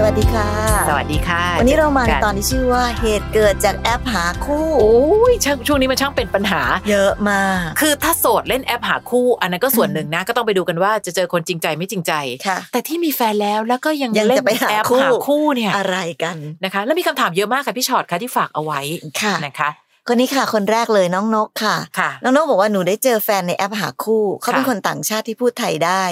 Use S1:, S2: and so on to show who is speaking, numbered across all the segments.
S1: สวัสดีค่ะ
S2: สวัสดีค่ะ
S1: วันนี้เรามาใน
S2: จัด
S1: ตอนที่ชื่อว่าเหตุเกิดจากแอปหาคู่
S2: โอ้ยช่างช่วงนี้มันช่างเป็นปัญหา
S1: เยอะมาก
S2: คือถ้าโสดเล่นแอปหาคู่ อันนั้นก็ส่วนหนึ่งนะ ก็ต้องไปดูกันว่าจะเจอคนจริงใจไม่จริงใจ
S1: ค่ะ
S2: แต่ที่มีแฟนแล้วแล้วก็ยัง
S1: ยัง
S2: เล่น
S1: จะไปหา
S2: แอป
S1: คู่
S2: หาคู่เนี่ย
S1: อะไรกัน
S2: นะคะ แล้วมีคำถามเยอะมากค่ะพี่ช็อตค่ะที่ฝากเอาไว้
S1: ค่ะ
S2: นะคะ
S1: คนนี้ค่ะ คนแรกเลยน้องนกค่ะ
S2: ค่ะ
S1: น้องนกบอกว่าหนูได้เจอแฟนในแอปหาคู่ เขาเป็น
S2: ค่ะ
S1: คนต่างชาติที่พูดไทยได้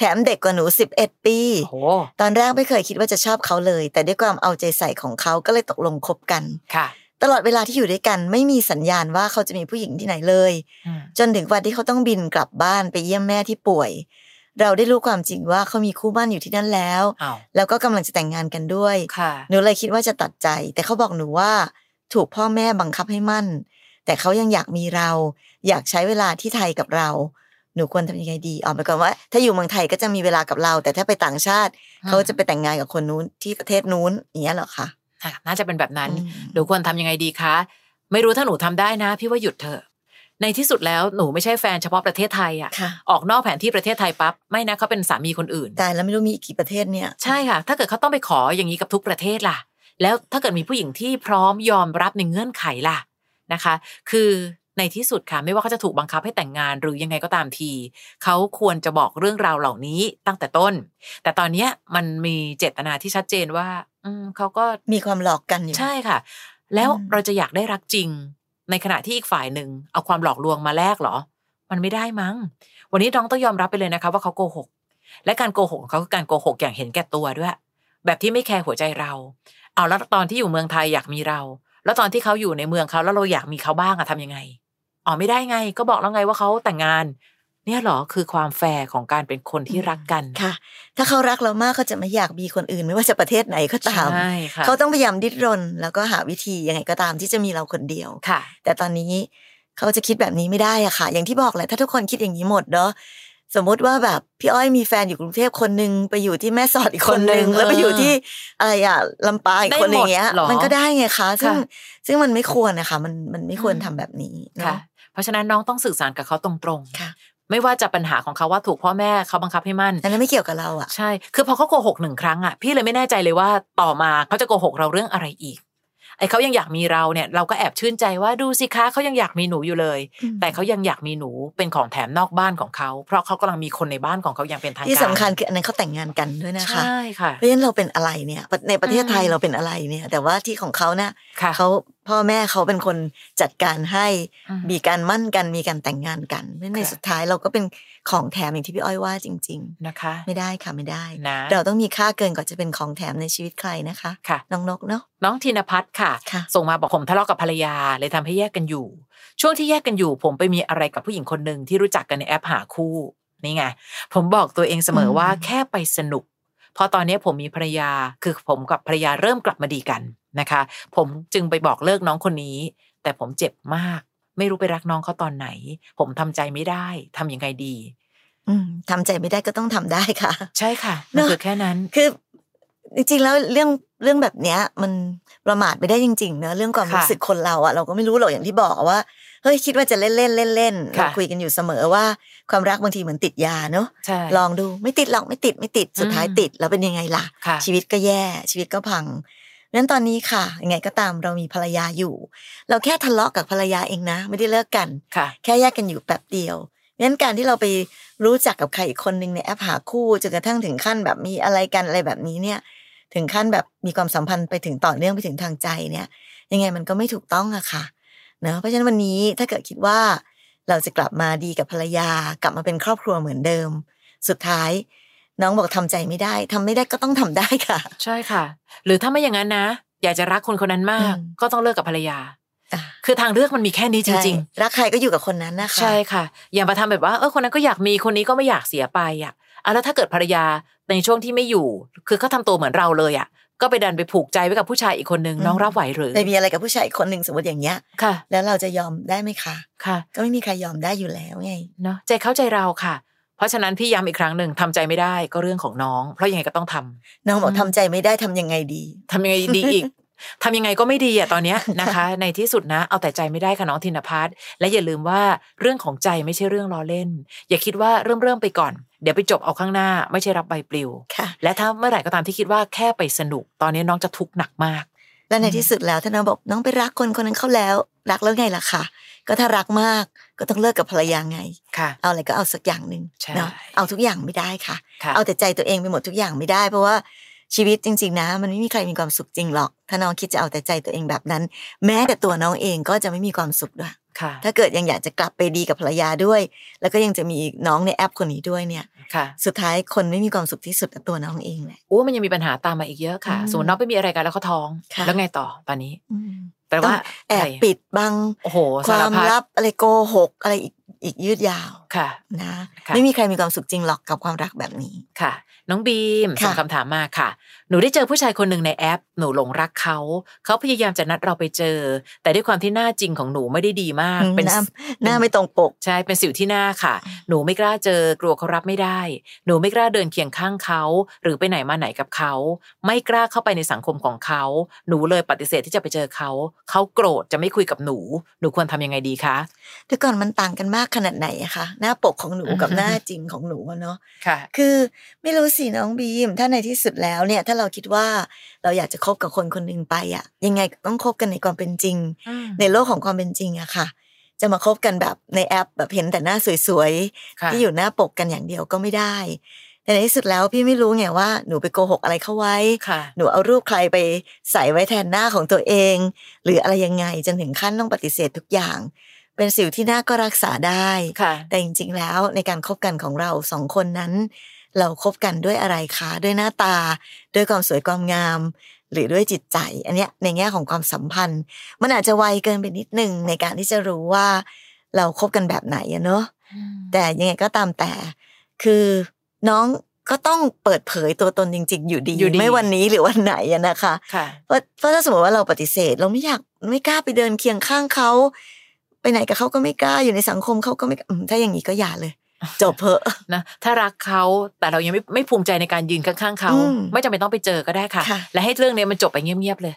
S1: แถมเด็กกว่าหนู 11 ปี
S2: โอ้โห
S1: ตอนแรกไม่เคยคิดว่าจะชอบเขาเลย แต่ด้วยความเอาใจใส่ของเขาก็เลยตกลงคบกัน
S2: ค่ะ
S1: ตลอดเวลาที่อยู่ด้วยกัน ไม่มีสัญญาณว่าเขาจะมีผู้หญิงที่ไหนเลย
S2: อืม
S1: จนถึงวันที่เขาต้องบินกลับบ้านไปเยี่ยมแม่ที่ป่วย เราได้รู้ความจริงว่าเขามีคู่บ้านอยู่ที่นั่นแล้ว
S2: อ้าว
S1: แล้วก็กำลังจะแต่งงานกันด้วย
S2: ค่ะ
S1: หนูเลยคิดว่าจะตัดใจ แต่เขาบอกหนูว่าถูกพ่อแม่บังคับให้มั่น แต่เขายังอยากมีเรา อยากใช้เวลาที่ไทยกับเรา หนูควรทำยังไงดีออกไปก่อนว่า ถ้าอยู่เมืองไทยก็จะมีเวลากับเรา แต่ถ้าไปต่างชาติ เขาจะไปแต่งงานกับคนนู้นที่ประเทศนู้นอย่างเงี้ยเหรอคะ
S2: อ่ะน่าจะเป็นแบบนั้น
S1: อืม
S2: หนูควรทำยังไงดีคะ ไม่รู้ถ้าหนูทำได้นะ พี่ว่าหยุดเถอะ ในที่สุดแล้วหนูไม่ใช่แฟนเฉพาะประเทศไทยอะ
S1: ค่ะ
S2: ออกนอกแผนที่ประเทศไทยปั๊บไม่นะเขาเป็นสามีคนอื่น
S1: ตายแล้วไม่รู้มีอีกกี่ประเทศเนี่ย
S2: ใช่ค่ะ ถ้าเกิดเขาต้องไปขออย่างนี้กับทุกประเทศล่ะ แล้วถ้าเกิดมีผู้หญิงที่พร้อมยอมรับในเงื่อนไขล่ะนะคะ คือในที่สุดค่ะ ไม่ว่าเขาจะถูกบังคับให้แต่งงานหรือยังไงก็ตามทีเขาควรจะบอกเรื่องราวเหล่านี้ตั้งแต่ต้น แต่ตอนเนี้ยมันมีเจตนาที่ชัดเจนว่า อืมเขาก็
S1: มีความหลอกกันอยู่
S2: ใช่ค่ะ แล้ว
S1: อืม
S2: เราจะอยากได้รักจริง ในขณะที่อีกฝ่ายหนึ่งเอาความหลอกลวงมาแลกเหรอ มันไม่ได้มั้ง วันนี้น้องต้องยอมรับไปเลยนะคะ ว่าเขาโกหก และการโกหกของเขาคือการโกหกอย่างเห็นแก่ตัวด้วย แบบที่ไม่แคร์หัวใจเรา เอาแล้วตอนที่อยู่เมืองไทยอยากมีเรา แล้วตอนที่เขาอยู่ในเมืองเขาแล้วเราอยากมีเขาบ้างอะทำยังไงอ๋อไม่ได้ไง ก็บอกแล้วไงว่าเขาแต่งงาน เนี่ยเหรอคือความแฟร์ของการเป็นคนที่รักกัน
S1: ค่ะ ถ้าเขารักเรามากเขาจะไม่อยากมีคนอื่น ไม่ว่าจะประเทศไหนก็ตาม
S2: ใช่ค่ะ
S1: เขาต้องพยายามดิ้นรน แล้วก็หาวิธียังไงก็ตามที่จะมีเราคนเดียว
S2: ค่ะ
S1: แต่ตอนนี้เขาจะคิดแบบนี้ไม่ได้อะค่ะ อย่างที่บอกแหละถ้าทุกคนคิดอย่างนี้หมดเนาะสมมติว่าแบบพี่อ้อยมีแฟนอยู่กรุงเทพคนหนึ่งไปอยู่ที่แม่สอดอีกคนหนึ่ง
S2: คนหนึ่ง
S1: แล้วไปอยู่
S2: เออ
S1: ที่อะไรอะลำปางอีกคนหนึ่งอย่างเงี้ย
S2: ได้หมดเหรอ
S1: มันก็ได้ไงคะซึ่ง
S2: ค่ะ
S1: ซึ่งมันไม่ควรนะคะมันมันไม่ควร
S2: อืม
S1: ทำแบบนี้เน
S2: ค่ะ
S1: อะ
S2: เพราะฉะนั้นน้องต้องสื่อสารกับเขาตรงๆ
S1: ค่ะ
S2: ไม่ว่าจะปัญหาของเขาว่าถูกพ่อแม่เขาบังคับให้มั่น
S1: อันนั้นไม่เกี่ยวกับเราอะ
S2: ใช่ คือพอเขาโกหกหนึ่งครั้งอ่ะ พี่เลยไม่แน่ใจเลยว่าต่อมาเขาจะโกหกเราเรื่องอะไรอีก ไอ้เขายังอยากมีเราเนี่ย เราก็แอบชื่นใจว่าดูสิคะเขายังอยากมีหนูอยู่เลย แต่เขายังอยากมีหนูเป็นของแถมนอกบ้านของเขา เพราะเขากำลังมีคนในบ้านของเขาอย่างเป็นทางการ
S1: ที่สำคัญคืออันนั้นเขาแต่งงานกันด้วยนะคะ
S2: ใช่ค่ะ
S1: เพราะฉะนั้นเราเป็นอะไรเนี่ยในประเทศไทย
S2: อืม
S1: เราเป็นอะไรเนี่ย แต่ว่าที่ของเขาเนี่ย
S2: ค่ะ
S1: เขาพ่อแม่เขาเป็นคนจัดการให้
S2: อืม
S1: มีการมั่นกันมีการแต่งงานกันเพราะฉะนั้นใน
S2: ค่ะ
S1: สุดท้ายเราก็เป็นของแถมอย่างที่พี่อ้อยว่าจริง
S2: นะคะ
S1: ๆ ไม่ได้ค่ะไม่ได้
S2: นะ
S1: เราต้องมีค่าเกินกว่าจะเป็นของแถมในชีวิตใครนะคะ
S2: ค่ะ
S1: น้องนกเนาะ
S2: น้องธินพัฒน์ค่ะ
S1: ค่ะ
S2: ส่งมาบอกผมทะเลาะกับภรรยาเลยทำให้แยกกันอยู่ ช่วงที่แยกกันอยู่ ผมไปมีอะไรกับผู้หญิงคนหนึ่งที่รู้จักกันในแอปหาคู่นี่ไงผมบอกตัวเองเสมอว่าแค่ไปสนุกเพอตอนนี้ผมมีภรรยาคือผมกับภรรยาเริ่มกลับมาดีกันนะคะ ผมจึงไปบอกเลิกน้องคนนี้ แต่ผมเจ็บมาก ไม่รู้ไปรักน้องเขาตอนไหน ผมทำใจไม่ได้ทำยังไงดี
S1: อืมทำใจไม่ได้ก็ต้องทำได้ค่ะ
S2: ใช่ค่ะมั
S1: เน
S2: น
S1: อะ
S2: คือแค่นั้น
S1: คือจริงๆแล้วเรื่องเรื่องแบบเนี้ย มันประมาทไม่ได้จริงๆเนอะเรื่องความ
S2: ค่ะ
S1: รู้สึกคนเราอะเราก็ไม่รู้หรอกอย่างที่บอกอะว่าเฮ้ยคิดว่าจะเล่นเล่นเล่นเล่นๆเรา
S2: ค่ะ
S1: คุยกันอยู่เสมอว่าความรักบางทีเหมือนติดยาเนอะ
S2: ใช่
S1: ลองดูไม่ติดหรอกไม่ติดไม่ติดสุดท้าย
S2: อืม
S1: ติดแล้วเป็นยังไงล่ะ
S2: ค่ะ
S1: ชีวิตก็แย่ชีวิตก็พังงั้นตอนนี้ค่ะยังไงก็ตามเรามีภรรยาอยู่ เราแค่ทะเลาะกับภรรยาเองนะ ไม่ได้เลิกกัน
S2: ค่ะ
S1: แค่แยกกันอยู่แป๊บเดียวงั้นการที่เราไปรู้จักกับใครอีกคนหนึ่งในแอปหาคู่จนกระทั่งถึงขั้นแบบมีอะไรกันอะไรแบบนี้เนี่ย ถึงขั้นแบบมีความสัมพันธ์ไปถึงต่อเนื่องไปถึงทางใจเนี่ย ยังไงมันก็ไม่ถูกต้องอะค่ะเนอะเพราะฉะนั้นวันนี้ถ้าเกิดคิดว่า เราจะกลับมาดีกับภรรยากลับมาเป็นครอบครัวเหมือนเดิม สุดท้าย น้องบอกทำใจไม่ได้ทำไม่ได้ก็ต้องทำได้ค่ะ
S2: ใช่ค่ะ หรือถ้าไม่อย่างนั้นนะ อยากจะรักคนคนนั้นมาก
S1: อืม
S2: ก็ต้องเลิกกับภรรยา
S1: อ่ะ
S2: คือทางเลือกมันมีแค่ นี้จริง
S1: ใช่รักใครก็อยู่กับคนนั้นนะ
S2: ๆ
S1: คะ
S2: ใช่ค่ะ อย่ามาทำแบบว่าเออคนนั้นก็อยากมีคนนี้ก็ไม่อยากเสียไปอ่ะอ่ะแล้วถ้าเกิดภรรยาในช่วงที่ไม่อยู่ คือเขาทำตัวเหมือนเราเลยอ่ะ ก็ไปดันไปผูกใจไว้กับผู้ชายอีกคนนึง
S1: อืม
S2: น้องรับไหวหรือ
S1: ไปมีอะไรกับผู้ชายอีกคนหนึ่งสมมติอย่างเงี้ย
S2: ค่ะ
S1: แล้วเราจะยอมได้ไหมคะ
S2: ค่ะ
S1: ก็ไม่มีใครยอมได้อยู่แล้วไง
S2: เนาะใจเข้าใจเราค่ะ เพราะฉะนั้นพี่ย้ำอีกครั้งหนึ่งทำใจไม่ได้ก็เรื่องของน้อง เพราะยังไงก็ต้องทำ
S1: น้องบอก
S2: อืม
S1: ทำใจไม่ได้ทำยังไงดี
S2: ทำยังไงดี อีก ทำยังไงก็ไม่ดีอะตอนเนี้ยนะคะ ในที่สุดนะ เอาแต่ใจไม่ได้ค่ะน้องธินพัฒน์และอย่าลืมว่าเรื่องของใจไม่ใช่เรื่องล้อเล่น อย่าคิดว่าเริ่มเริ่มไปก่อน เดี๋ยวไปจบเอาข้างหน้า ไม่ใช่รับใบปลิว
S1: ค่ะ
S2: และถ้าเมื่อไหร่ก็ตามที่คิดว่าแค่ไปสนุก ตอนนี้น้องจะทุกข์หนักมาก
S1: และใน
S2: อืม
S1: ที่สุดแล้วถ้าน้องบอกน้องไปรักคนคนนั้นเข้าแล้ว รักแล้วไงล่ะคะก็ถ้ารักมากก็ต้องเลิกกับภรรยาไง
S2: ค่ะ
S1: เอาอะไรก็เอาสักอย่างหนึ่ง
S2: ใช่
S1: เนาะเอาทุกอย่างไม่ได้ค่ะ
S2: ค่ะ
S1: เอาแต่ใจตัวเองไปหมดทุกอย่างไม่ได้เพราะว่าชีวิตจริง ๆ นะ มันไม่มีใครมีความสุขจริงหรอก ถ้าน้องคิดจะเอาแต่ใจตัวเองแบบนั้น แม้แต่ตัวน้องเองก็จะไม่มีความสุขด้วย
S2: ค่ะ
S1: ถ้าเกิดยังอยากจะกลับไปดีกับภรรยาด้วย แล้วก็ยังจะมีน้องในแอปคนนี้ด้วยเนี่ย
S2: ค่ะ
S1: สุดท้ายคนไม่มีความสุขที่สุดน่ะตัวน้องเองแหละ
S2: โอ้มันยังมีปัญหาตามมาอีกเยอะค่ะ
S1: อืม
S2: สมมติน้องไปมีอะไรกันแล้วเขาท้อง
S1: ค่ะ
S2: แล้วไงต่อตอนนี้
S1: อืม
S2: แปลว่า
S1: ต้ง แอบ
S2: ะไร
S1: ปิดบัง
S2: โอ้โห
S1: ค
S2: สาร
S1: วาม
S2: พัด
S1: ลับอะไรโกหกอะไรอีกอีกยืดยาว
S2: ค่ะ
S1: นะ
S2: ค่ะ
S1: ไม่มีใครมีความสุขจริงหรอกกับความรักแบบนี้
S2: ค่ะ น้องบีม
S1: ค่ะ
S2: ส่งคำถามมาค่ะ หนูได้เจอผู้ชายคนหนึ่งในแอป หนูหลงรักเขา เขาพยายามจะนัดเราไปเจอ แต่ด้วยความที่หน้าจริงของหนูไม่ได้ดีมาก เป็น
S1: หน้าหน้าไม่ตรงปก
S2: ใช่เป็นสิวที่หน้าค่ะ หนูไม่กล้าเจอกลัวเขารับไม่ได้ หนูไม่กล้าเดินเคียงข้างเขา หรือไปไหนมาไหนกับเขา ไม่กล้าเข้าไปในสังคมของเขา หนูเลยปฏิเสธที่จะไปเจอเขา เขาโกรธจะไม่คุยกับหนู หนูควรทำยังไงดีคะ
S1: เดี๋ยวก่อนมันต่างกันมากขนาดไหนอะคะหน้าปกของหนูกับ
S2: อือฮึ
S1: หน้าจริงของหนูอะเนาะ
S2: ค่ะ
S1: คือไม่รู้สิน้องบีม ถ้าในที่สุดแล้วเนี่ย ถ้าเราคิดว่าเราอยากจะคบกับคนคนหนึ่งไปอะยังไงก็ต้องคบกันในความเป็นจริง ในโลกของความเป็นจริงอะค่ะ จะมาคบกันแบบในแอปแบบเห็นแต่หน้าสวยๆ ที่อยู่หน้าปกกันอย่างเดียวก็ไม่ได้ แต่ในที่สุดแล้วพี่ไม่รู้ไงว่าหนูไปโกหกอะไรเข้าไว้
S2: ค่ะ
S1: หนูเอารูปใครไปใส่ไว้แทนหน้าของตัวเอง หรืออะไรยังไงจนถึงขั้นต้องปฏิเสธทุกอย่าง เป็นสิวที่หน้าก็รักษาได้
S2: ค่ะ
S1: แต่จริงๆแล้วในการคบกันของเราสองคนนั้น เราคบกันด้วยอะไรคะด้วยหน้าตา ด้วยความสวยความงาม หรือด้วยจิตใจ อันเนี้ยในแง่ของความสัมพันธ์ มันอาจจะไวเกินไปนิดนึงในการที่จะรู้ว่าเราคบกันแบบไหนอะเนอะ แต่ยังไงก็ตามแต่ คือน้องก็ต้องเปิดเผยตัวตนจริง ๆ อยู่ดี
S2: อยู่ดี
S1: ไม่วันนี้หรือวันไหนอะนะคะ
S2: ค่ะ
S1: เพราะเพราะถ้าสมมติว่าเราปฏิเสธ เราไม่อยากไม่กล้าไปเดินเคียงข้างเขา ไปไหนกับเขาก็ไม่กล้าอยู่ในสังคมเขาก็ไม่กล้าอืมถ้าอย่างนี้ก็อย่าเลย จบเพอะ
S2: นะถ้ารักเขาแต่เรายังไม่ไม่ภูมิใจในการยืนข้างๆเขา
S1: อืม
S2: ไม่จำเป็นต้องไปเจอก็ได้ค่ะ
S1: ค่ะ
S2: และให้เรื่องเนี้ยมันจบไปเงียบๆเลย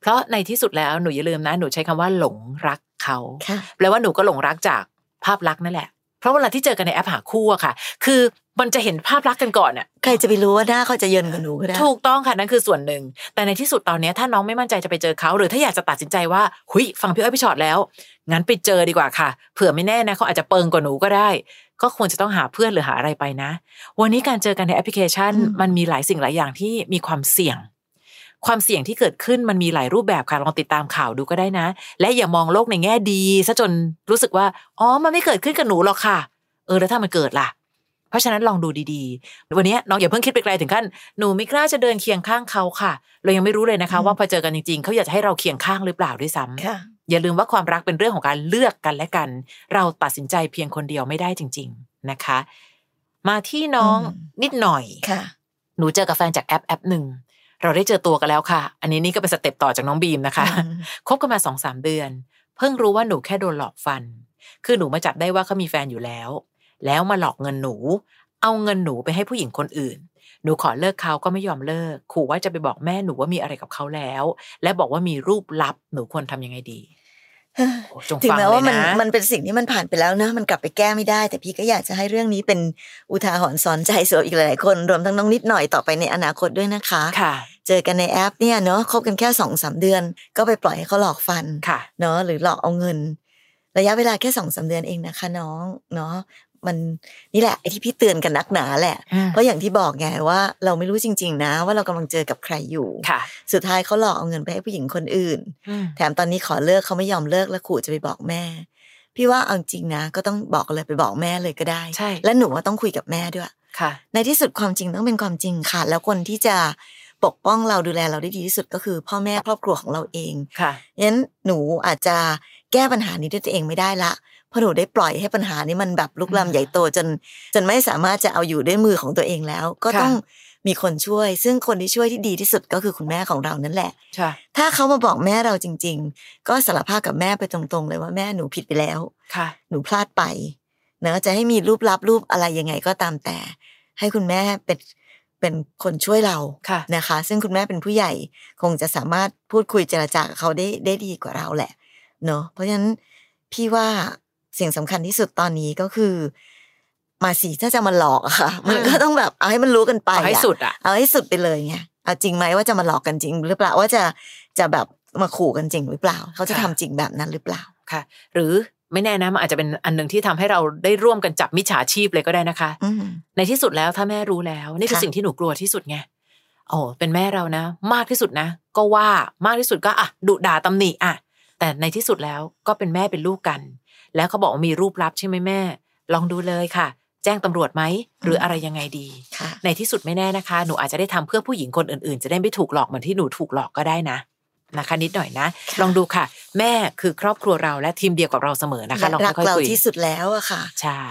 S2: เพราะในที่สุดแล้วหนูอย่าลืมนะหนูใช้คำว่าหลงรักเขา
S1: ค่ะ
S2: แปลว่าหนูก็หลงรักจากภาพลักษณ์นั่นแหละ เพราะเวลาที่เจอกันในแอปหาคู่อะค่ะ คือมันจะเห็นภาพลักษณ์กันก่อนอะ
S1: ใครจะไปรู้ว่าหน้าเขาจะเยินกว่าหนูก็ได้
S2: ถูกต้องค่ะนั่นคือส่วนหนึ่ง แต่ในที่สุดตอนเนี้ยถ้าน้องไม่มั่นใจจะไปเจอเขา หรือถ้าอยากจะตัดสินใจว่าหุยฟังพี่อ้อยพี่ชอตแล้ว งั้นไปเจอดีกว่าค่ะ เผื่อไม่แน่นะเขาอาจจะเปิงกว่าหนูก็ได้ ก็ควรจะต้องหาเพื่อนหรือหาอะไรไปนะ วันนี้การเจอกันในแอปพลิเคชัน
S1: อืม
S2: มันมีหลายสิ่งหลายอย่างที่มีความเสี่ยง ความเสี่ยงที่เกิดขึ้นมันมีหลายรูปแบบค่ะลองติดตามข่าวดูก็ได้นะ และอย่ามองโลกในแง่ดีซะจนรู้สึกว่าอ๋อมันไม่เกิดขึ้นกับหนูหรอกค่ะ เออแล้วถ้ามันเกิดล่ะ เพราะฉะนั้นลองดูดีๆ วันนี้น้องอย่าเพิ่งคิดไปไกลถึงขั้นหนูไม่กล้าจะเดินเคียงข้างเขาค่ะ เรายังไม่รู้เลยนะคะ ว่าพอเจอกันจริงๆเขาอยากจะให้เราเคียงข้างหรือเปล่าด้วยซ้ำ
S1: ค่ะ
S2: อย่าลืมว่าความรักเป็นเรื่องของการเลือกกันและกัน เราตัดสินใจเพียงคนเดียวไม่ได้จริง ๆนะคะ มาที่น้อง
S1: อืม
S2: นิดหน่อย
S1: ค่ะ
S2: หนูเจอกับแฟนจากแอปแอปหนึ่ง เราได้เจอตัวกันแล้วค่ะ อันนี้นี่ก็เป็นสเต็ปต่อจากน้องบีมนะคะ คบกันมาสองสามเดือน เพิ่งรู้ว่าหนูแค่โดนหลอกฟัน คือหนูมาจับได้ว่าเขามีแฟนอยู่แล้ว แล้วมาหลอกเงินหนู เอาเงินหนูไปให้ผู้หญิงคนอื่น หนูขอเลิกเขาก็ไม่ยอมเลิก ขู่ว่าจะไปบอกแม่หนูว่ามีอะไรกับเขาแล้ว และบอกว่ามีรูปลับหนูควรทำยังไงดี โอ้จง
S1: ถึง
S2: ฟัง
S1: แม้
S2: เล
S1: ว่าย มัน
S2: นะ
S1: มันเป็นสิ่งที่มันผ่านไปแล้วนะ มันกลับไปแก้ไม่ได้ แต่พี่ก็อยากจะให้เรื่องนี้เป็นอุทาหรณ์สอนใจสำหรับอีกหลายๆคน รวมทั้งน้องนิดหน่อยต่อไปในอนาคตด้วยนะคะ
S2: ค่ะ
S1: เจอกันในแอปเนี่ยเนาะคบกันแค่สองสามเดือน ก็ไปปล่อยให้เขาหลอกฟัน
S2: ค่ะ
S1: เนาะหรือหลอกเอาเงิน ระยะเวลาแค่สองสามเดือนเองนะคะน้องเนาะมันนี่แหละไอ้ที่พี่เตือนกันนักหนาแหละ เพราะอย่างที่บอกไงว่าเราไม่รู้จริง ๆ นะ ว่าเรากำลังเจอกับใครอยู่
S2: ค่ะ
S1: สุดท้ายเขาหลอกเอาเงินไปให้ผู้หญิงคนอื่น
S2: อืม
S1: แถมตอนนี้ขอเลิกเขาไม่ยอมเลิกแล้วขู่จะไปบอกแม่ พี่ว่าเอาจริงนะ ก็ต้องบอกเลยไปบอกแม่เลยก็ได้
S2: ใช่
S1: และหนูว่าต้องคุยกับแม่ด้วย
S2: ค่ะ
S1: ในที่สุดความจริงต้องเป็นความจริงค่ะ แล้วคนที่จะปกป้องเราดูแลเราได้ดีที่สุดก็คือ พ่อแม่ครอบครัวของเราเอง
S2: ค่ะ
S1: งั้นหนูอาจจะแก้ปัญหานี้ด้วยตัวเองไม่ได้ละ เพราะหนูได้ปล่อยให้ปัญหานี้มันแบบลุกลาม
S2: อ่า
S1: ใหญ่โตจน จนไม่สามารถจะเอาอยู่ด้วยมือของตัวเองแล้ว ก็
S2: ค่ะ
S1: ต้องมีคนช่วย ซึ่งคนที่ช่วยที่ดีที่สุดก็คือคุณแม่ของเรานั่นแหละ
S2: ใช่
S1: ถ้าเขามาบอกแม่เราจริง ๆ ก็สารภาพกับแม่ไปตรงๆ เลยว่าแม่หนูผิดไปแล้ว
S2: ค่ะ
S1: หนูพลาดไป เนอะจะให้มีรูปลับรูปอะไรยังไงก็ตามแต่ ให้คุณแม่เป็นเป็นคนช่วยเรา
S2: ค่ะ
S1: นะคะ ซึ่งคุณแม่เป็นผู้ใหญ่ คงจะสามารถพูดคุยเจรจากับเขาได้ได้ดีกว่าเราแหละ เนอะเพราะฉะนั้นพี่ว่าสิ่งสำคัญที่สุดตอนนี้ก็คือ มาสิถ้าจะมาหลอกอะค่ะ มันก็ต้องแบบเอาให้มันรู้กันไป
S2: เอาให้
S1: อะ
S2: สุดอะ
S1: เอาให้สุดไปเลยไงเอาจริงไหมว่าจะมาหลอกกันจริง หรือเปล่าว่าจะจะแบบมาขู่กันจริงหรือเปล่า เขาจะ
S2: ค่ะ
S1: ทำจริงแบบนั้นหรือเปล่า
S2: ค่ะ หรือไม่แน่นะมันอาจจะเป็นอันหนึ่งที่ทำให้เราได้ร่วมกันจับมิจฉาชีพเลยก็ได้นะคะ
S1: อืม
S2: ในที่สุดแล้วถ้าแม่รู้แล้ว นี่คือ
S1: ค่ะ
S2: สิ่งที่หนูกลัวที่สุดไงโอ้เป็นแม่เรานะ มากที่สุดนะ ก็ว่ามากที่สุดก็อ่ะดุด่าตำหนิอ่ะ แต่ในที่สุดแล้วก็เป็นแม่เป็นลูกกัน แล้วเขาบอกว่ามีรูปลับใช่ไหมแม่ ลองดูเลยค่ะ แจ้งตำรวจไหมหรืออะไรยังไงดี
S1: ค่ะ
S2: ในที่สุดไม่แน่นะคะ หนูอาจจะได้ทำเพื่อผู้หญิงคนอื่นๆ จะได้ไม่ถูกหลอกเหมือนที่หนูถูกหลอกก็ได้นะนะคะ นิดหน่อยนะ
S1: ค่ะ
S2: ลองดูค่ะ แม่คือครอบครัวเราและทีมเดียวกับเราเสมอนะคะลอง
S1: รัก
S2: ค่อย
S1: เรา
S2: ๆคุย
S1: ที่สุดแล้วอะค่ะ
S2: ใช่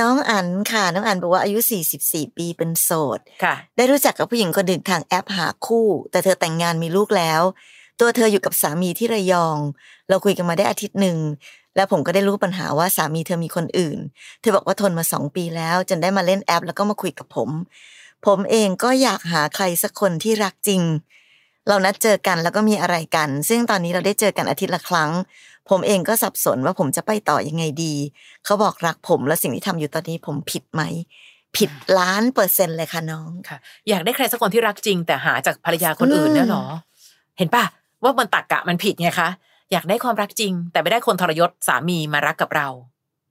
S1: น้องอันค่ะ น้องอันบอกว่าอายุ 44 ปีเป็นโสด
S2: ค่ะ
S1: ได้รู้จักกับผู้หญิงคนหนึ่งทางแอปหาคู่ แต่เธอแต่งงานมีลูกแล้ว ตัวเธออยู่กับสามีที่ระยอง เราคุยกันมาได้อาทิตย์หนึ่ง แล้วผมก็ได้รู้ปัญหาว่าสามีเธอมีคนอื่น เธอบอกว่าทนมาสองปีแล้ว จนได้มาเล่นแอป แล้วก็มาคุยกับผม ผมเองก็อยากหาใครสักคนที่รักจริง เรานัดเจอกันแล้วก็มีอะไรกัน ซึ่งตอนนี้เราได้เจอกันอาทิตย์ละครั้ง ผมเองก็สับสนว่าผมจะไปต่อยังไงดี เขาบอกรักผมแล้วสิ่งที่ทำอยู่ตอนนี้ผมผิดไหม ผิดล้านเปอร์เซ็นต์เลยค่ะน้อง
S2: ค่ะอยากได้ใครสักคนที่รักจริง แต่หาจากภรรยาคนอื่นเนี่ยเหรอ เห็นป่ะว่ามันตักกะมันผิดไงคะ อยากได้ความรักจริง แต่ไม่ได้คนทรยศสามีมารักกับเรา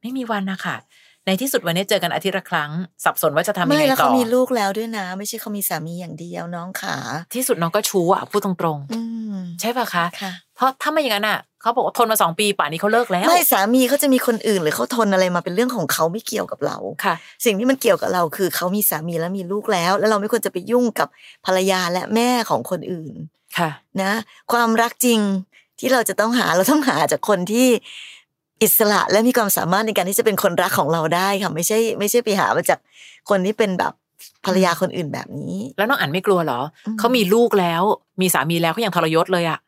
S2: ไม่มีวันนะคะในที่สุดวันนี้เจอกันอาทิตย์ละครั้ง สับสนว่าจะทำยัง
S1: ไม่
S2: ไง
S1: แล้ว
S2: ต่
S1: เขา
S2: อ
S1: มีลูกแล้วด้วยนะ ไม่ใช่เขามีสามีอย่างเดียวน้องขา
S2: ที่สุดน้องก็ชู้อ่ะพูดตรง
S1: อืม
S2: ๆ ใช่ป่ะคะ
S1: ค่ะ
S2: เพราะถ้าไม่อย่างนั้นอ่ะเขาบอกว่าทนมาสองปีป่านนี้เขาเลิกแล้ว
S1: ไม่สามีเขาจะมีคนอื่น หรือเขาทนอะไรมาเป็นเรื่องของเขาไม่เกี่ยวกับเรา
S2: ค่ะ
S1: สิ่งที่มันเกี่ยวกับเราคือเขามีสามีและมีลูกแล้ว แล้วเราไม่ควรจะไปยุ่งกับภรรยาและแม่ของคนอื่น
S2: ค่ะ
S1: นะ ความรักจริงที่เราจะต้องหาเราต้องหาจากคนที่อิสระและมีความสามารถในการที่จะเป็นคนรักของเราได้ค่ะไม่ใช่ ไม่ใช่ไปหามาจากคนที่เป็นแบบภรรยาคนอื่นแบบนี้
S2: แล้วน้องอันไม่กลัวเหรอ
S1: อืม
S2: เขามีลูกแล้ว มีสามีแล้วเขายังทรยศเลยอะ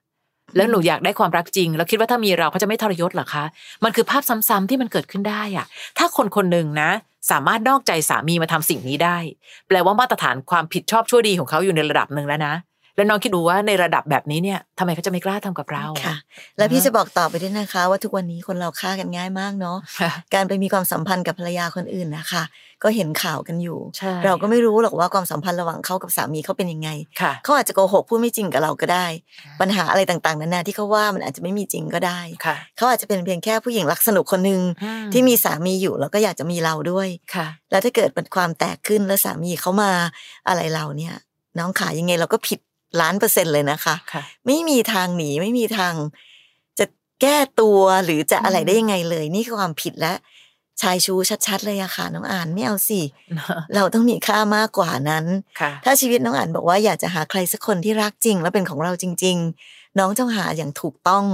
S2: แล้วหนูอยากได้ความรักจริง แล้วคิดว่าถ้ามีเราเขาจะไม่ทรยศเหรอคะ มันคือภาพซ้ำๆที่มันเกิดขึ้นได้อะถ้าคนคนหนึ่งนะ สามารถนอกใจสามีมาทำสิ่งนี้ได้ แปลว่ามาตรฐานความผิดชอบชั่วดีของเขาอยู่ในระดับหนึ่งแล้วนะ แล้วน้องคิดดูว่าในระดับแบบนี้เนี่ยทำไมเขาจะไม่กล้าทำกับเรา
S1: ค่ะ แล้วพี่
S2: อ่าฮะ
S1: จะบอกต่อไปด้วยนะคะ ว่าทุกวันนี้คนเราฆ่ากันง่ายมากเนาะ
S2: ค่ะ
S1: การไปมีความสัมพันธ์กับภรรยาคนอื่นนะคะ ก็เห็นข่าวกันอยู่
S2: ใช่
S1: เราก็ไม่รู้หรอกว่าความสัมพันธ์ระหว่างเขากับสามีเขาเป็นยังไง
S2: ค่ะ
S1: เขาอาจจะโกหกพูดไม่จริงกับเราก็ได้
S2: อ่า
S1: ปัญหาอะไรต่างๆนานาที่เขาว่ามันอาจจะไม่มีจริงก็ได้
S2: ค่ะ
S1: เขาอาจจะเป็นเพียงแค่ผู้หญิงรักสนุกคนหนึ่งที่มีสามีอยู่แล้วก็อยากจะมีเราด้วย
S2: ค่ะ
S1: แล้วถ้าเกิดเป็นความแตกขึ้นแล้วสามีเขามาอะไรเราเนี่ย น้องขายังไงเราก็ผิดล้านเปอร์เซ็นต์เลยนะคะ
S2: ค่ะ
S1: ไม่มีทางหนีไม่มีทาง จะแก้ตัวหรือจะอะไร
S2: อืม
S1: ได้ยังไงเลย นี่คือความผิดและชายชูชัดๆเลยอะค่ะน้องอ่านไม่เอาสิ เราต้องมีค่ามากกว่านั้น
S2: ค่ะ
S1: ถ้าชีวิตน้องอ่านบอกว่าอยากจะหาใครสักคนที่รักจริง และเป็นของเราจริง ๆ น้องต้องหาอย่างถูกต้อง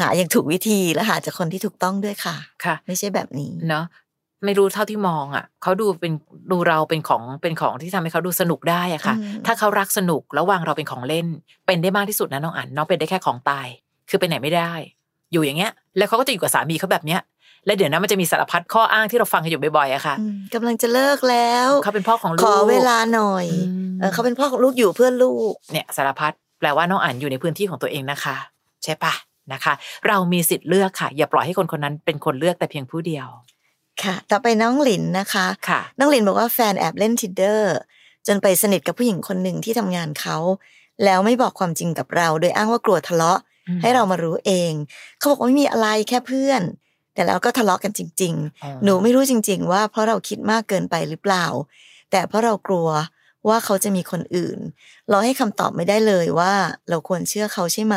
S1: หาอย่างถูกวิธีและหาจากคนที่ถูกต้องด้วยค่ะ
S2: ค่ะ
S1: ไม่ใช่แบบนี้
S2: เนาะไม่รู้เท่าที่มองอ่ะเขาดูเป็นดูเราเป็นของเป็นของที่ทำให้เขาดูสนุกได้อะค่ะ
S1: อืม
S2: ถ้าเขารักสนุกแล้ววางเราเป็นของเล่น เป็นได้มากที่สุดนะน้องอันน้องเป็นได้แค่ของตาย คือไปไหนไม่ได้ อยู่อย่างเงี้ย แล้วเขาก็จะอยู่กับสามีเขาแบบเนี้ย แล้วเดี๋ยวนะมันจะมีสารพัดข้ออ้างที่เราฟังกันอยู่บ่อยๆอะค่ะ
S1: อืมกำลังจะเลิกแล้ว
S2: เขาเป็นพ่อของลูก
S1: ขอเวลาหน่อย
S2: อืม
S1: เออเขาเป็นพ่อของลูกอยู่เพื่อลูก
S2: เนี่ยสารพัดแปลว่าน้องอันอยู่ในพื้นที่ของตัวเองนะคะ ใช่ปะนะคะ เรามีสิทธิ์เลือกค่ะ อย่าปล่อยให้คนคนนั้นเป็นคนเลือกแต่เพียงผู้เดียว
S1: ค่ะ ต่อไปน้องหลินนะคะ
S2: ค่ะ
S1: น้องหลินบอกว่าแฟนแอบเล่น tinder จนไปสนิทกับผู้หญิงคนหนึ่งที่ทำงานเขา แล้วไม่บอกความจริงกับเรา โดยอ้างว่ากลัวทะเลาะ ให้เรามารู้เอง เขาบอกว่าไม่มีอะไรแค่เพื่อน แต่แล้วก็ทะเลาะกันจริง ๆ หนูไม่รู้จริง ๆ ว่าเพราะเราคิดมากเกินไปหรือเปล่า แต่เพราะเรากลัวว่าเขาจะมีคนอื่น เราให้คำตอบไม่ได้เลยว่าเราควรเชื่อเขาใช่ไหม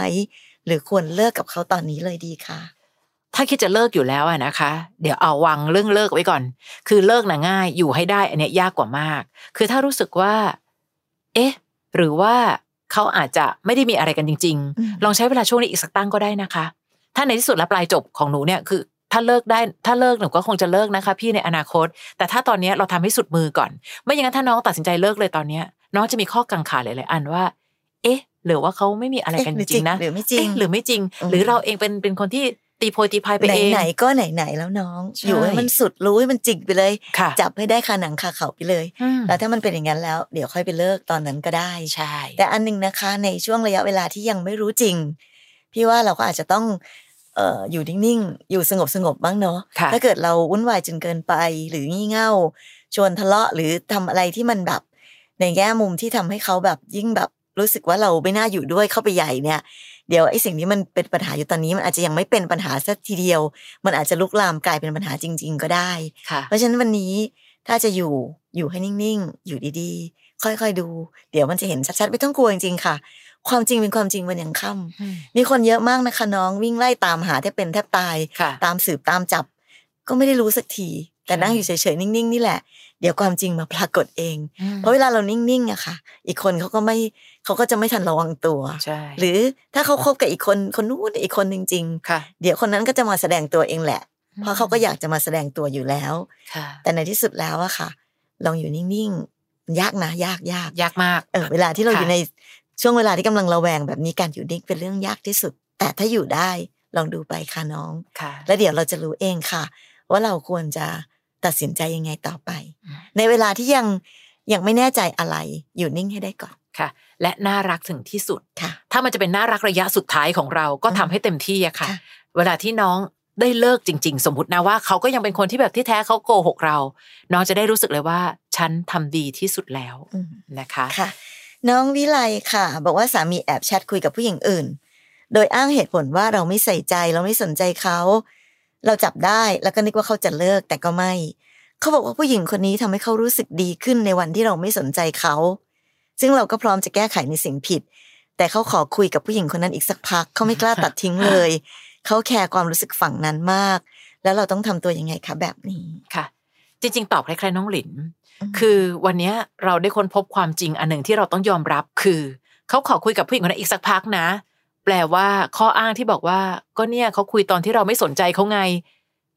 S1: หรือควรเลิกกับเขาตอนนี้เลยดีค่ะ
S2: ถ้าคิดจะเลิกอยู่แล้วอะนะคะ เดี๋ยวเอาวางเรื่องเลิกไว้ก่อน คือเลิกน่ะง่ายอยู่ให้ได้อันเนี้ยยากกว่ามาก คือถ้ารู้สึกว่า เอ๊ะ หรือว่าเขาอาจจะไม่ได้มีอะไรกันจริง
S1: อืม
S2: ๆ ลองใช้เวลาช่วงนี้อีกสักตั้งก็ได้นะคะ ถ้าในที่สุดแล้วปลายจบของหนูเนี่ยคือ ถ้าเลิกได้ถ้าเลิกหนูก็คงจะเลิกนะคะ พี่ในอนาคต แต่ถ้าตอนเนี้ยเราทำให้สุดมือก่อน ไม่อย่างนั้นถ้าน้องตัดสินใจเลิกเลยตอนเนี้ย น้องจะมีข้อกังขาหลายๆอันว่า เอ๊ะ หรือว่าเขาไม่มีอะไร
S1: เอ๊ะ
S2: กัน
S1: ห
S2: จ
S1: รือจ
S2: ริ
S1: ริ
S2: ง
S1: ง
S2: ๆนะ
S1: หรือไม่จริง
S2: เอ๊ะหรือไม่จริง
S1: อืม
S2: หรือเราเองเป็นเป็นคนที่ ตีโพยตีพายไป
S1: ไหน
S2: เอง
S1: ไหนๆก็ไหนไหนๆแล้วน้อง อยู่ให้มันสุดรู้ให้มันจริงไปเลย
S2: ค่ะ
S1: จับให้ได้คาหนังคาเขาไปเลย
S2: อืม
S1: แล้วถ้ามันเป็นอย่างนั้นแล้ว เดี๋ยวค่อยไปเลิกตอนนั้นก็ได้
S2: ใช่
S1: แต่อันหนึ่งนะคะในช่วงระยะเวลาที่ยังไม่รู้จริง พี่ว่าเราก็อาจจะต้องเอ่ออยู่นิ่งๆ อยู่สงบสงบๆบ้างเนาะ
S2: ค่ะ
S1: ถ้าเกิดเราวุ่นวายจนเกินไปหรืองี่เง่า ชวนทะเลาะหรือทำอะไรที่มันแบบ ในแง่มุมที่ทำให้เขาแบบยิ่งแบบรู้สึกว่าเราไม่น่าอยู่ด้วยเข้าไปใหญ่เนี่ย เดี๋ยวไอ้สิ่งที่มันเป็นปัญหาอยู่ตอนนี้มันอาจจะยังไม่เป็นปัญหาสักทีเดียว มันอาจจะลุกลามกลายเป็นปัญหาจริง ๆ ก็ได้
S2: ค่ะ
S1: เพราะฉะนั้นวันนี้ถ้าจะอยู่อยู่ให้นิ่งๆ อยู่ดีๆ ค่อยๆดู เดี๋ยวมันจะเห็นชัดๆ ไม่ต้องกลัวจริงๆค่ะ ความจริงเป็นความจริงวันยังค่
S2: อืม
S1: ำมีคนเยอะมากนะคะน้องวิ่งไล่ตามหาแทบเป็นแทบตาย
S2: ค่ะ
S1: ตามสืบตามจับ ก็ไม่ได้รู้สักที แต่
S2: ใช่
S1: นั่งอยู่เฉยๆ นิ่งๆ นี่แหละ เดี๋ยวความจริงมาปรากฏเอง
S2: อืม
S1: เพราะเวลาเรานิ่งๆอะค่ะ อีกคนเขาก็ไม่เขาก็จะไม่ทันระวังตัว
S2: ใช่
S1: หรือถ้าเขาคบกับอีกคนคนนู้นอีกคนจริง
S2: ค่ะ
S1: ๆเดี๋ยวคนนั้นก็จะมาแสดงตัวเองแหละ เพราะเขาก็อยากจะมาแสดงตัวอยู่แล้ว
S2: ค่ะ
S1: แต่ในที่สุดแล้วอะค่ะ ลองอยู่นิ่งๆ ยากนะ ยากยาก
S2: ยากมาก
S1: เออเวลาที่เราอ
S2: ค่ะ
S1: ยู่ในช่วงเวลาที่กำลังระแวงแบบนี้การอยู่นิ่งเป็นเรื่องยากที่สุด แต่ถ้าอยู่ได้ลองดูไปค่ะน้อง
S2: ค่ะ
S1: แล้วเดี๋ยวเราจะรู้เองค่ะ ว่าเราควรจะตัดสินใจยังไงต่อไป
S2: อืม
S1: ในเวลาที่ยังยังไม่แน่ใจอะไร อยู่นิ่งให้ได้ก่อน
S2: ค่ะ และน่ารักถึงที่สุด
S1: ค่ะ
S2: ถ้ามันจะเป็นน่ารักระยะสุดท้ายของเราก็ทำให้เต็มที่อะค่ะ
S1: ค่ะ
S2: เวลาที่น้องได้เลิกจริง ๆ สมมตินะว่าเขาก็ยังเป็นคนที่แบบที่แท้เขาโกหกเรา น้องจะได้รู้สึกเลยว่า ฉันทำดีที่สุดแล้ว
S1: อืม
S2: นะคะ
S1: ค่ะน้องวิไลค่ะ บอกว่าสามีแอบแชทคุยกับผู้หญิงอื่น โดยอ้างเหตุผลว่าเราไม่ใส่ใจเราไม่สนใจเขา เราจับได้แล้วก็นึกว่าเขาจะเลิกแต่ก็ไม่ เขาบอกว่าผู้หญิงคนนี้ทำให้เขารู้สึกดีขึ้นในวันที่เราไม่สนใจเขา ซึ่งเราก็พร้อมจะแก้ไขในสิ่งผิด แต่เขาขอคุยกับผู้หญิงคนนั้นอีกสักพักเขาไม่กล้าตัดทิ้งเลย เขาแคร์ความรู้สึกฝั่งนั้นมาก แล้วเราต้องทำตัวยังไงคะแบบนี้
S2: ค่ะ จริง ๆ ตอบคล้ายๆน้องหลิน คือวันเนี้ยเราได้ค้นพบความจริงอันหนึ่งที่เราต้องยอมรับคือ เขาขอคุยกับผู้หญิงคนนั้นอีกสักพักนะ แปลว่าข้ออ้างที่บอกว่าก็เนี่ยเขาคุยตอนที่เราไม่สนใจเขาไง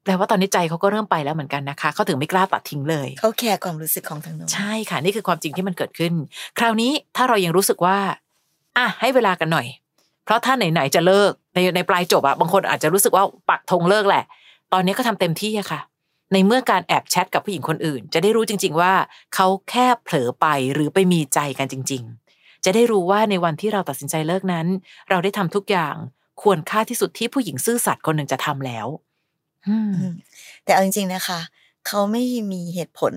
S2: แปลว่าตอนนี้ใจเขาก็เริ่มไปแล้วเหมือนกันนะคะ เขาถึงไม่กล้าตัดทิ้งเลย
S1: เขาแคร์ความรู้สึกของทางโน้น
S2: ใช่ค่ะนี่คือความจริงที่มันเกิดขึ้น คราวนี้ถ้าเรายังรู้สึกว่าอ่ะให้เวลากันหน่อย เพราะถ้าไหนๆจะเลิกในในปลายจบอะบางคนอาจจะรู้สึกว่าปักธงเลิกแหละ ตอนนี้ก็ทำเต็มที่อะค่ะ ในเมื่อการแอบแชทกับผู้หญิงคนอื่น จะได้รู้จริง ๆ ว่าเขาแค่เผลอไปหรือไปมีใจกันจริง ๆ จะได้รู้ว่าในวันที่เราตัดสินใจเลิกนั้น เราได้ทำทุกอย่างควรค่าที่สุดที่ผู้หญิงซื่อสัตย์คนหนึ่งจะทำแล้วอืม
S1: อืมแต่เอาจริงๆนะคะ เขาไม่มีเหตุผล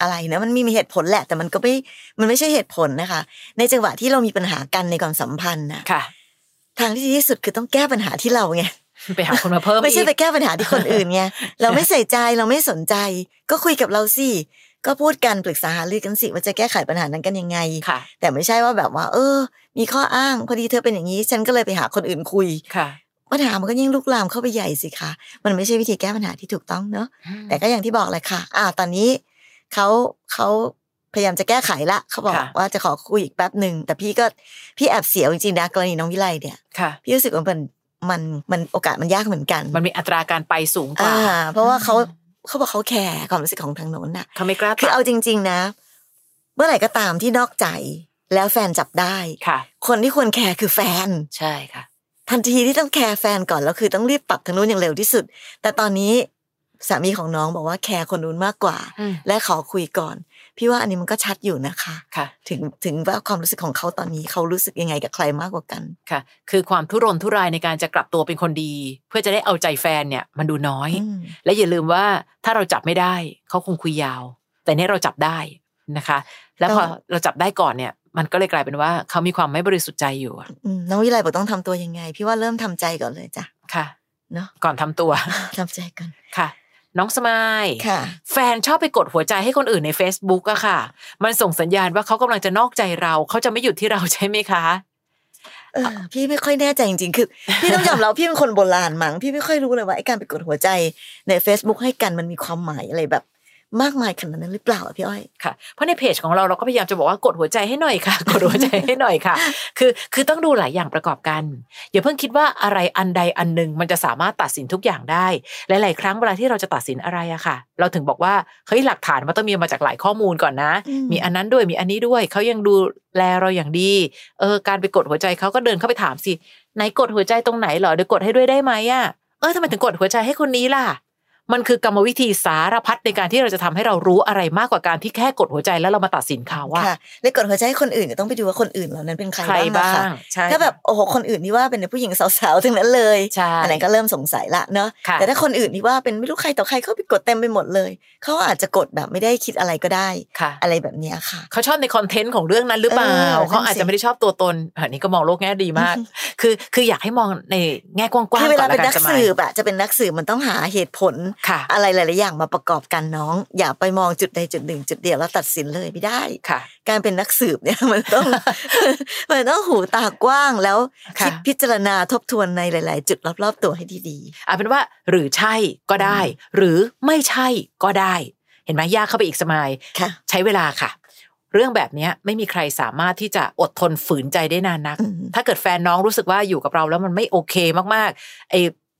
S1: อะไรนะมันมีมีเหตุผลแหละ แต่มันก็ไม่มันไม่ใช่เหตุผลนะคะ ในจังหวะที่เรามีปัญหากันในความสัมพันธ์นะ
S2: ค่ะ
S1: ทางที่ดีที่สุดคือต้องแก้ปัญหาที่เราไง
S2: ไปหาคนมาเพิ่ม
S1: ไม่ใช่
S2: อีก
S1: ไปแก้ปัญหาที่คนอื่นไงเราไม่ใส่ใจเราไม่สนใจ ก็คุยกับเราสิก็พูดกันปรึกษาหารือกันสิว่าจะแก้ไขปัญหานั้นกันยังไง
S2: ค่ะ
S1: แต่ไม่ใช่ว่าแบบว่า เออ มีข้ออ้างพอดีเธอเป็นอย่างนี้ ฉันก็เลยไปหาคนอื่นคุย
S2: ค่ะ
S1: ปัญหามันก็ยิ่งลุกลามเข้าไปใหญ่สิคะมันไม่ใช่วิธีแก้ปัญหาที่ถูกต้องเนอะ แต่ก็อย่างที่บอกเลยค่ะ อ่า ตอนนี้เขาเขาพยายามจะแก้ไขละ เขาบอก
S2: ค่ะ
S1: ว่าจะขอคุยอีกแป๊บหนึ่ง แต่พี่ก็พี่แอบเสียวจริงๆนะกรณีน้องวิไลเนี่ย
S2: ค่ะ
S1: พี่รู้สึกว่ามันมันมันโอกาสมันยากเหมือนกัน
S2: มันมีอัตราการไปสูงกว่า
S1: อ่า เพราะว่าเขา
S2: อืม
S1: เขาบอกเขาแคร์ความรู้สึกของทางโน้นน่ะ
S2: เขาไม่กล้า
S1: คือ
S2: ตัด
S1: เอาจริง ๆนะ เมื่อไหร่ก็ตามที่นอกใจแล้วแฟนจับได้
S2: ค่ะ
S1: คนที่ควรแคร์คือแฟน
S2: ใช่ค่ะ
S1: ทันทีที่ต้องแคร์แฟนก่อนแล้วคือต้องรีบปรับทางนู้นอย่างเร็วที่สุด แต่ตอนนี้สามีของน้องบอกว่าแคร์คนนู้นมากกว่า
S2: อืม
S1: และขอคุยก่อน พี่ว่าอันนี้มันก็ชัดอยู่นะคะ
S2: ค่ะ
S1: ถึงถึงว่าความรู้สึกของเขาตอนนี้เขารู้สึกยังไงกับใครมากกว่ากัน
S2: ค่ะ คือความทุรนทุรายในการจะกลับตัวเป็นคนดี เพื่อจะได้เอาใจแฟนเนี่ย มันดูน้อย
S1: อืม
S2: และอย่าลืมว่าถ้าเราจับไม่ได้เขาคงคุยยาว แต่เนี่ยเราจับได้นะคะ แล้วพอ
S1: ต้อง
S2: เราจับได้ก่อนเนี่ย มันก็เลยกลายเป็นว่าเขามีความไม่บริสุทธิ์ใจอยู่อะ
S1: อืมน้องวิไลบอกต้องทำตัวยังไง พี่ว่าเริ่มทำใจก่อนเลยจ้ะ
S2: ค่ะ
S1: เนาะ
S2: ก่อนทำตัว
S1: ทำใจก่อน
S2: ค่ะ น้องสมาย
S1: ค่ะ
S2: แฟนชอบไปกดหัวใจให้คนอื่นใน Facebook อะค่ะ มันส่งสัญญาณว่าเขากำลังจะนอกใจเรา เขาจะไม่หยุดที่เราใช่ไหมคะ
S1: เออพี่ไม่ค่อยแน่ใจจริงๆ คือ พี่ต้องยอมรับพี่เป็นคนโบราณมั้งพี่ไม่ค่อยรู้เลยว่าไอ้การไปกดหัวใจใน Facebook ให้กันมันมีความหมายอะไรแบบ มากมายขนาดนั้นหรือเปล่าอะพี่อ้อย
S2: ค่ะ เพราะในเพจของเราเราก็พยายามจะบอกว่ากดหัวใจให้หน่อยค่ะ กดหัวใจให้หน่อยค่ะ คือคือต้องดูหลายอย่างประกอบกัน อย่าเพิ่งคิดว่าอะไรอันใดอันหนึ่งมันจะสามารถตัดสินทุกอย่างได้ หลาย ๆ ครั้งเวลาที่เราจะตัดสินอะไรอะค่ะ เราถึงบอกว่าเฮ้ยหลักฐานมันต้องมีมาจากหลายข้อมูลก่อนนะ
S1: อืม
S2: มีอันนั้นด้วยมีอันนี้ด้วยเขายังดูแลเราอย่างดี เออการไปกดหัวใจเขาก็เดินเข้าไปถามสิไหนกดหัวใจตรงไหนเหรอเดี๋ยวกดให้ด้วยได้ไหมอะ เออทำไมถึงกดหัวใจให้คนนี้ล่ะ มันคือกรรมวิธีสารพัดในการที่เราจะทำให้เรารู้อะไรมากกว่าการที่แค่กดหัวใจแล้วเรามาตัดสินเขาว่า
S1: ค่ะแล้วกดหัวใจให้คนอื่นก็ต้องไปดูว่าคนอื่นเหล่านั้นเป็นใคร
S2: ใคร
S1: บ้า
S2: บ้าง
S1: อะ
S2: ง
S1: ค่ะ
S2: ใช่
S1: ถ้าแบบโอ้โหคนอื่นนี่ว่าเป็นผู้หญิงสาวๆทั้งนั้นเลย
S2: ใช่
S1: อันนั้นก็เริ่มสงสัยละเนาะ
S2: ค่ะ
S1: แต่ถ้าคนอื่นนี่ว่าเป็นไม่รู้ใครต่อใครเขาไปกดเต็มไปหมดเลย เขาอาจจะกดแบบไม่ได้คิดอะไรก็ได้
S2: ค่ะ
S1: อะไรแบบเนี้ยค่ะ
S2: เขาชอบในคอนเทนต์ของเรื่องนั้นหรือเปล่า
S1: เออนั่นสิ
S2: เขาอาจจะไม่ได้ชอบตัวตนอันนี้ก็มองโลกแง่ดีมาก คือคืออยากให้มองในแง่กว้างๆก่
S1: คือเว
S2: อ
S1: ลาน เป็
S2: ละ
S1: น
S2: กัน
S1: นัก
S2: จะมา
S1: สืบอะจะเป็นนักสืบมันต้องหาเหตุผล
S2: ค่ะ
S1: อะไรหลายๆอย่างมาประกอบกันน้อง อย่าไปมองจุดใดจุดหนึ่งจุดเดียวแล้วตัดสินเลยไม่ได้
S2: ค่ะ
S1: การเป็นนักสืบเนี่ย มันต้อง มันต้องหูตากว้างแล้วคิ
S2: ค่ะ
S1: ดพิจารณาทบทวนในหลาย ๆ จุดรอบๆตัวให้ดี
S2: เอาเป็นว่าหรือใช่ก็ได้ หรือไม่ใช่ก็ได้ เห็นไหมยากเข้าไปอีกสมัย
S1: ๆ ค่ะ
S2: ใช้เวลาค่ะ เรื่องแบบเนี้ยไม่มีใครสามารถที่จะอดทนฝืนใจได้นานนัก
S1: อืม
S2: ถ้าเกิดแฟนน้องรู้สึกว่าอยู่กับเราแล้วมันไม่โอเคมากๆไอ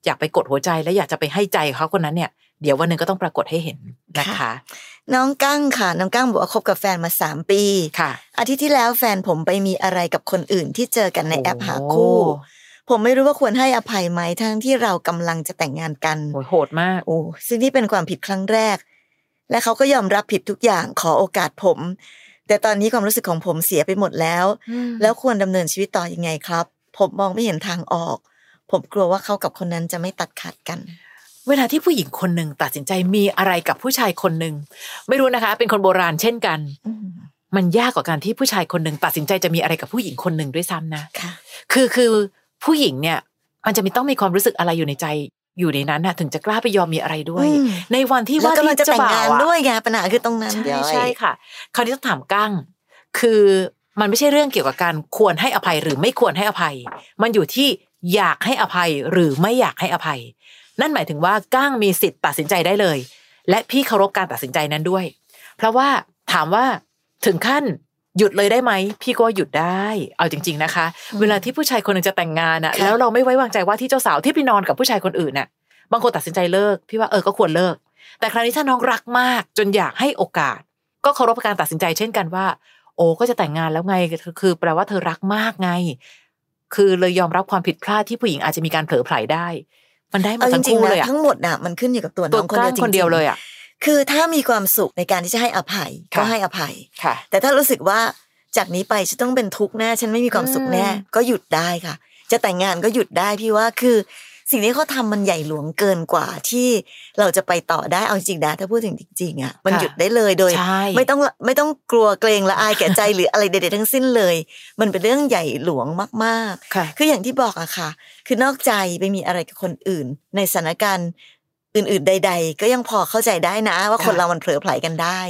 S2: อยากไปกดหัวใจแล้วอยากจะไปให้ใจเขาคนนั้นเนี่ย เดี๋ยววันหนึ่งก็ต้องปรากฏให้เห็นนะคะ
S1: น้องกั้งค่ะ น้องกั้งบอกว่าคบกับแฟนมาสามปี
S2: ค่ะ
S1: อาทิตย์ที่แล้วแฟนผมไปมีอะไรกับคนอื่นที่เจอกันในแอปหาคู่
S2: โอ้
S1: ผมไม่รู้ว่าควรให้อภัยไหมทั้งที่เรากำลังจะแต่งงานกัน
S2: โหโหดมาก
S1: โอ้ซึ่งนี่เป็นความผิดครั้งแรก และเขาก็ยอมรับผิดทุกอย่างขอโอกาสผม แต่ตอนนี้ความรู้สึกของผมเสียไปหมดแล้ว แล้วควรดำเนินชีวิตต่อยังไงครับ ผมมองไม่เห็นทางออก ผมกลัวว่าเขากับคนนั้นจะไม่ตัดขาดกัน
S2: เวลาที่ผู้หญิงคนหนึ่งตัดสินใจมีอะไรกับผู้ชายคนหนึ่งไม่รู้นะคะ เป็นคนโบราณเช่นกัน มันยากกว่าการที่ผู้ชายคนหนึ่งตัดสินใจจะมีอะไรกับผู้หญิงคนหนึ่งด้วยซ้ำนะ
S1: ค่ะ
S2: คือคือผู้หญิงเนี่ย มันจะมีต้องมีความรู้สึกอะไรอยู่ในใจอยู่ในนั้นนะถึงจะกล้าไปยอมมีอะไรด้วย
S1: อืม
S2: ในวันที่
S1: แล้
S2: ว่า
S1: ว่าก็ลังจะแต่งงาน
S2: เจ้บ่วอะ
S1: ด้วยไงปัญหาคือตรงนั้น
S2: ใช่
S1: ย่อย
S2: ใช่ค่ะ คราวนี้ต้องถามกั้ง คือมันไม่ใช่เรื่องเกี่ยวกับการควรให้อภัยหรือไม่ควรให้อภัย มันอยู่ที่อยากให้อภัยหรือไม่อยากให้อภัย นั่นหมายถึงว่ากั้งมีสิทธิ์ตัดสินใจได้เลย และพี่เคารพการตัดสินใจนั้นด้วย เพราะว่าถามว่าถึงขั้นหยุดเลยได้ไหมพี่ก็หยุดได้ เอาจริง ๆนะคะ เวลาที่ผู้ชายคนหนึงจะแต่งงานอะแล้วเราไม่ไว้วางใจว่าที่เจ้าสาวที่ไปนอนกับผู้ชายคนอื่นน่ะ บางคนตัดสินใจเลิก พี่ว่าเออก็ควรเลิก แต่คราวนี้ถ้าน้องรักมาก จนอยากให้โอกาส ก็เคารพการตัดสินใจเช่นกันว่า โอ้ก็จะแต่งงานแล้วไงคือคือแปลว่าเธอรักมากไง คือเลยยอมรับความผิดพลาดที่ผู้หญิงอาจจะมีการเผลอไผลได้ มันได้มา
S1: เอาจ
S2: ทั้ง
S1: ริง
S2: คู่
S1: ๆ
S2: เลย
S1: นะ
S2: อะ
S1: ทั้งหมดน่ะมันขึ้นอยู่กับตัว
S2: ตั
S1: น้
S2: ว
S1: อง
S2: กล้าง
S1: ค
S2: คน น
S1: เดี
S2: เดี
S1: ย
S2: ยว ว
S1: จริงๆ
S2: เลยอะ
S1: คือถ้ามีความสุขในการที่จะให้อภัย
S2: ค่ะ
S1: ก็ให้อภัย
S2: ค่ะ
S1: แต่ถ้ารู้สึกว่าจากนี้ไปฉันต้องเป็นทุกข์แน่ฉันไม่มีความสุขแน่
S2: อืม
S1: ก็หยุดได้ค่ะ จะแต่งงานก็หยุดได้พี่ว่าคือ สิ่งที่เขาทำมันใหญ่หลวงเกินกว่าที่เราจะไปต่อได้เอาจริงๆนะถ้าพูดถึงจริงๆอ่ะมันหยุดได้เลยโดย
S2: ใช่
S1: ไม่ต้องไม่ต้องกลัวเกรงละอายแก่ใจ หรืออะไรใดๆทั้งสิ้นเลย มันเป็นเรื่องใหญ่หลวงมาก
S2: ค่ะ
S1: ๆ คืออย่างที่บอกอะค่ะ คือนอกใจไปมีอะไรกับคนอื่น ในสถานการณ์อื่น ๆ ใด ๆ ก็ยังพอเข้าใจได้นะ ว่าคน
S2: ค่ะ
S1: เรามันเผลอไผลกันได้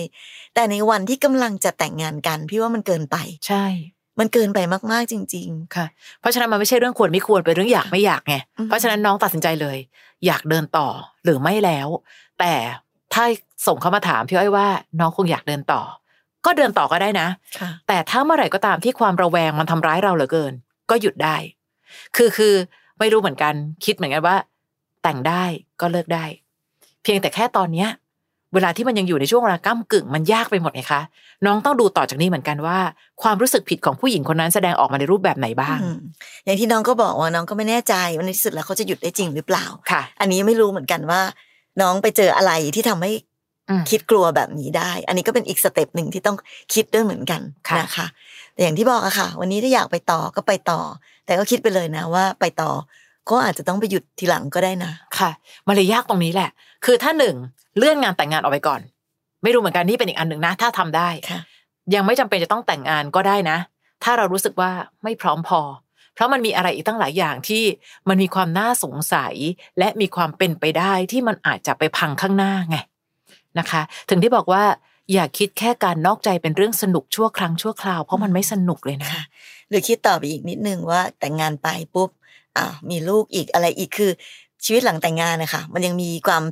S1: แต่ในวันที่กำลังจะแต่งงานกัน พี่ว่ามันเกินไป
S2: ใช่
S1: มันเกินไปมากๆจริง
S2: ค่ะเพราะฉะนั้นมันไม่ใช่เรื่องควรไม่ควรเป็นเรื่องอยากไม่อยากไง
S1: อืม
S2: เพราะฉะนั้นน้องตัดสินใจเลย อยากเดินต่อหรือไม่แล้ว แต่ถ้าส่งเขามาถามพี่อ้อยว่า น้องคงอยากเดินต่อ ก็เดินต่อก็ได้นะ
S1: ๆ ค่ะ
S2: แต่ถ้าเมื่อไหร่ก็ตามที่ความระแวงมันทำร้ายเราเหลือเกิน ก็หยุดได้ คือคือไม่รู้เหมือนกันคิดเหมือนกันว่า แต่งได้ก็เลิกได้ เพียงแต่แค่ตอนเนี้ย เวลาที่มันยังอยู่ในช่วงเวลาก้ากึ่งมันยากไปหมดไงคะน้องต้องดูต่อจากนี้เหมือนกันว่า ความรู้สึกผิดของผู้หญิงคนนั้นแสดงออกมาในรูปแบบไหนบ้าง
S1: อืมอย่างที่น้องก็บอกว่าน้องก็ไม่แน่ใจว่าในที่สุดแล้วเขาจะหยุดได้จริงหรือเปล่า
S2: ค่ะ
S1: อันนี้ไม่รู้เหมือนกันว่า น้องไปเจออะไรที่ทำให้ คิดกลัวแบบนี้ได้ อันนี้ก็เป็นอีกสเต็ปหนึ่งที่ต้องคิดด้วยเหมือนกัน
S2: ค่ะ
S1: นะคะ แต่อย่างที่บอกอะค่ะ วันนี้ถ้าอยากไปต่อก็ไปต่อ แต่ก็คิดไปเลยนะว่าไปต่อก็อาจจะต้องไปหยุดทีหลังก็ได้นะ
S2: ค่ะมันเลยยากตรงนี้แหละ คือถ้าหนึ่งเลื่อนงานแต่งงานออกไปก่อน ไม่รู้เหมือนกันนี่เป็นอีกอันหนึ่งนะ ถ้าทำได้
S1: ค่ะ
S2: ยังไม่จำเป็นจะต้องแต่งงานก็ได้นะ ถ้าเรารู้สึกว่าไม่พร้อมพอ เพราะมันมีอะไรอีกตั้งหลายอย่างที่มันมีความน่าสงสัย และมีความเป็นไปได้ที่มันอาจจะไปพังข้างหน้าไงนะคะ ถึงที่บอกว่าอย่าคิดแค่การนอกใจเป็นเรื่องสนุกชั่วครั้งชั่วคราวเพราะมันไม่สนุกเลยนะ
S1: ค่ะ หรือคิดต่อไปอีกนิดนึงว่าแต่งงานไปปุ๊บอ่ามีลูกอีกอะไรอีกคือชีวิตหลังแต่งงานนะคะมันยังมีความ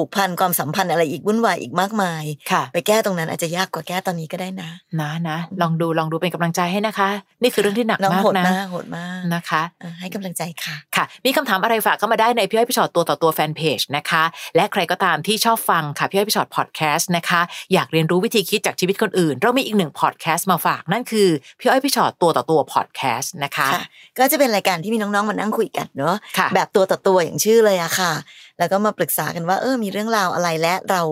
S1: ผูกพันความสัมพันธ์อะไรอีกวุ่นวายอีกมากมาย
S2: ค่ะ
S1: ไปแก้ตรงนั้นอาจจะยากกว่าแก้ตอนนี้ก็ได้นะ
S2: นะนะลองดูลองดูเป็นกำลังใจให้นะคะ นี่คือเรื่องที่หนัก
S1: น้อง
S2: มาก
S1: โหด
S2: นะ
S1: มากโหดมาก
S2: นะคะ
S1: เออให้กำลังใจค่ะ
S2: ค่ะ มีคำถามอะไรฝากเข้ามาได้ในพี่อ้อยพี่ชอตตัวต่อตัวแฟนเพจนะคะ และใครก็ตามที่ชอบฟังค่ะพี่อ้อยพี่ชอตพอดแคสต์นะคะ อยากเรียนรู้วิธีคิดจากชีวิตคนอื่น เรามีอีกหนึ่งพอดแคสต์มาฝากนั่นคือพี่อ้อยพี่ชอตตัวต่อตัวพอดแคสต์นะคะ
S1: ค่ะ ก็จะเป็นรายการที่มีน้องๆมานั่งคุยกันเนาะ
S2: ค่ะ
S1: แบบตัวต่อตัวอย่างชื่อเลยอะค่ะ แล้วก็มาปรึกษากันว่าเออมีเรื่องราวอะไรและเรา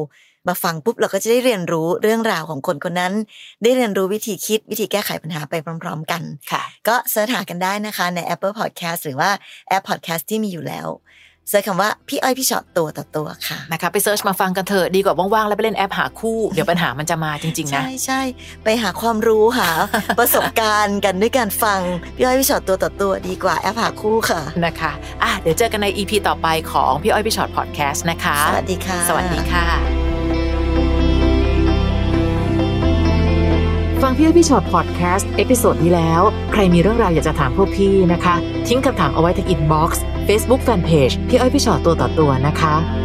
S1: มาฟังปุ๊บเราก็จะได้เรียนรู้เรื่องราวของคนคนนั้น ได้เรียนรู้วิธีคิดวิธีแก้ไขปัญหาไปพร้อม ๆ กัน
S2: ค่ะ
S1: ก็เสิร์ชหากันได้นะคะใน Apple Podcast หรือว่าแอป Podcast ที่มีอยู่แล้วเสิร์ชคำว่าพี่อ้อยพี่ชอตตัวต่อตัวค่ะ
S2: นะคะไปเซิร์ชมาฟังกันเถอะดีกว่าว่างๆแล้วไปเล่นแอปหาคู่ เดี๋ยวปัญหามันจะมาจริง ๆ นะ
S1: ใช่ใช่ไปหาความรู้หา ประสบการณ์กันด้วยการฟังพี่อ้อยพี่ชอตตัวต่อตัวดีกว่าแอปหาคู่ค่ะ
S2: นะคะอ่ะเดี๋ยวเจอกันใน EP ต่อไปของพี่อ้อยพี่ชอตพอดแคสต์นะคะ
S1: สวัสดีค่ะ
S2: สวัสดีค่ะ ฟังพี่อ้อยพี่ชอตพอดแคสต์เอพิโซดนี้แล้ว ใครมีเรื่องราวอยากจะถามพวกพี่นะคะ ทิ้งคำถามเอาไว้ที่อินบ็อกซ์เฟซบุ๊กแฟนเพจพี่อ้อยพี่ชอตตัวต่อตัวนะคะ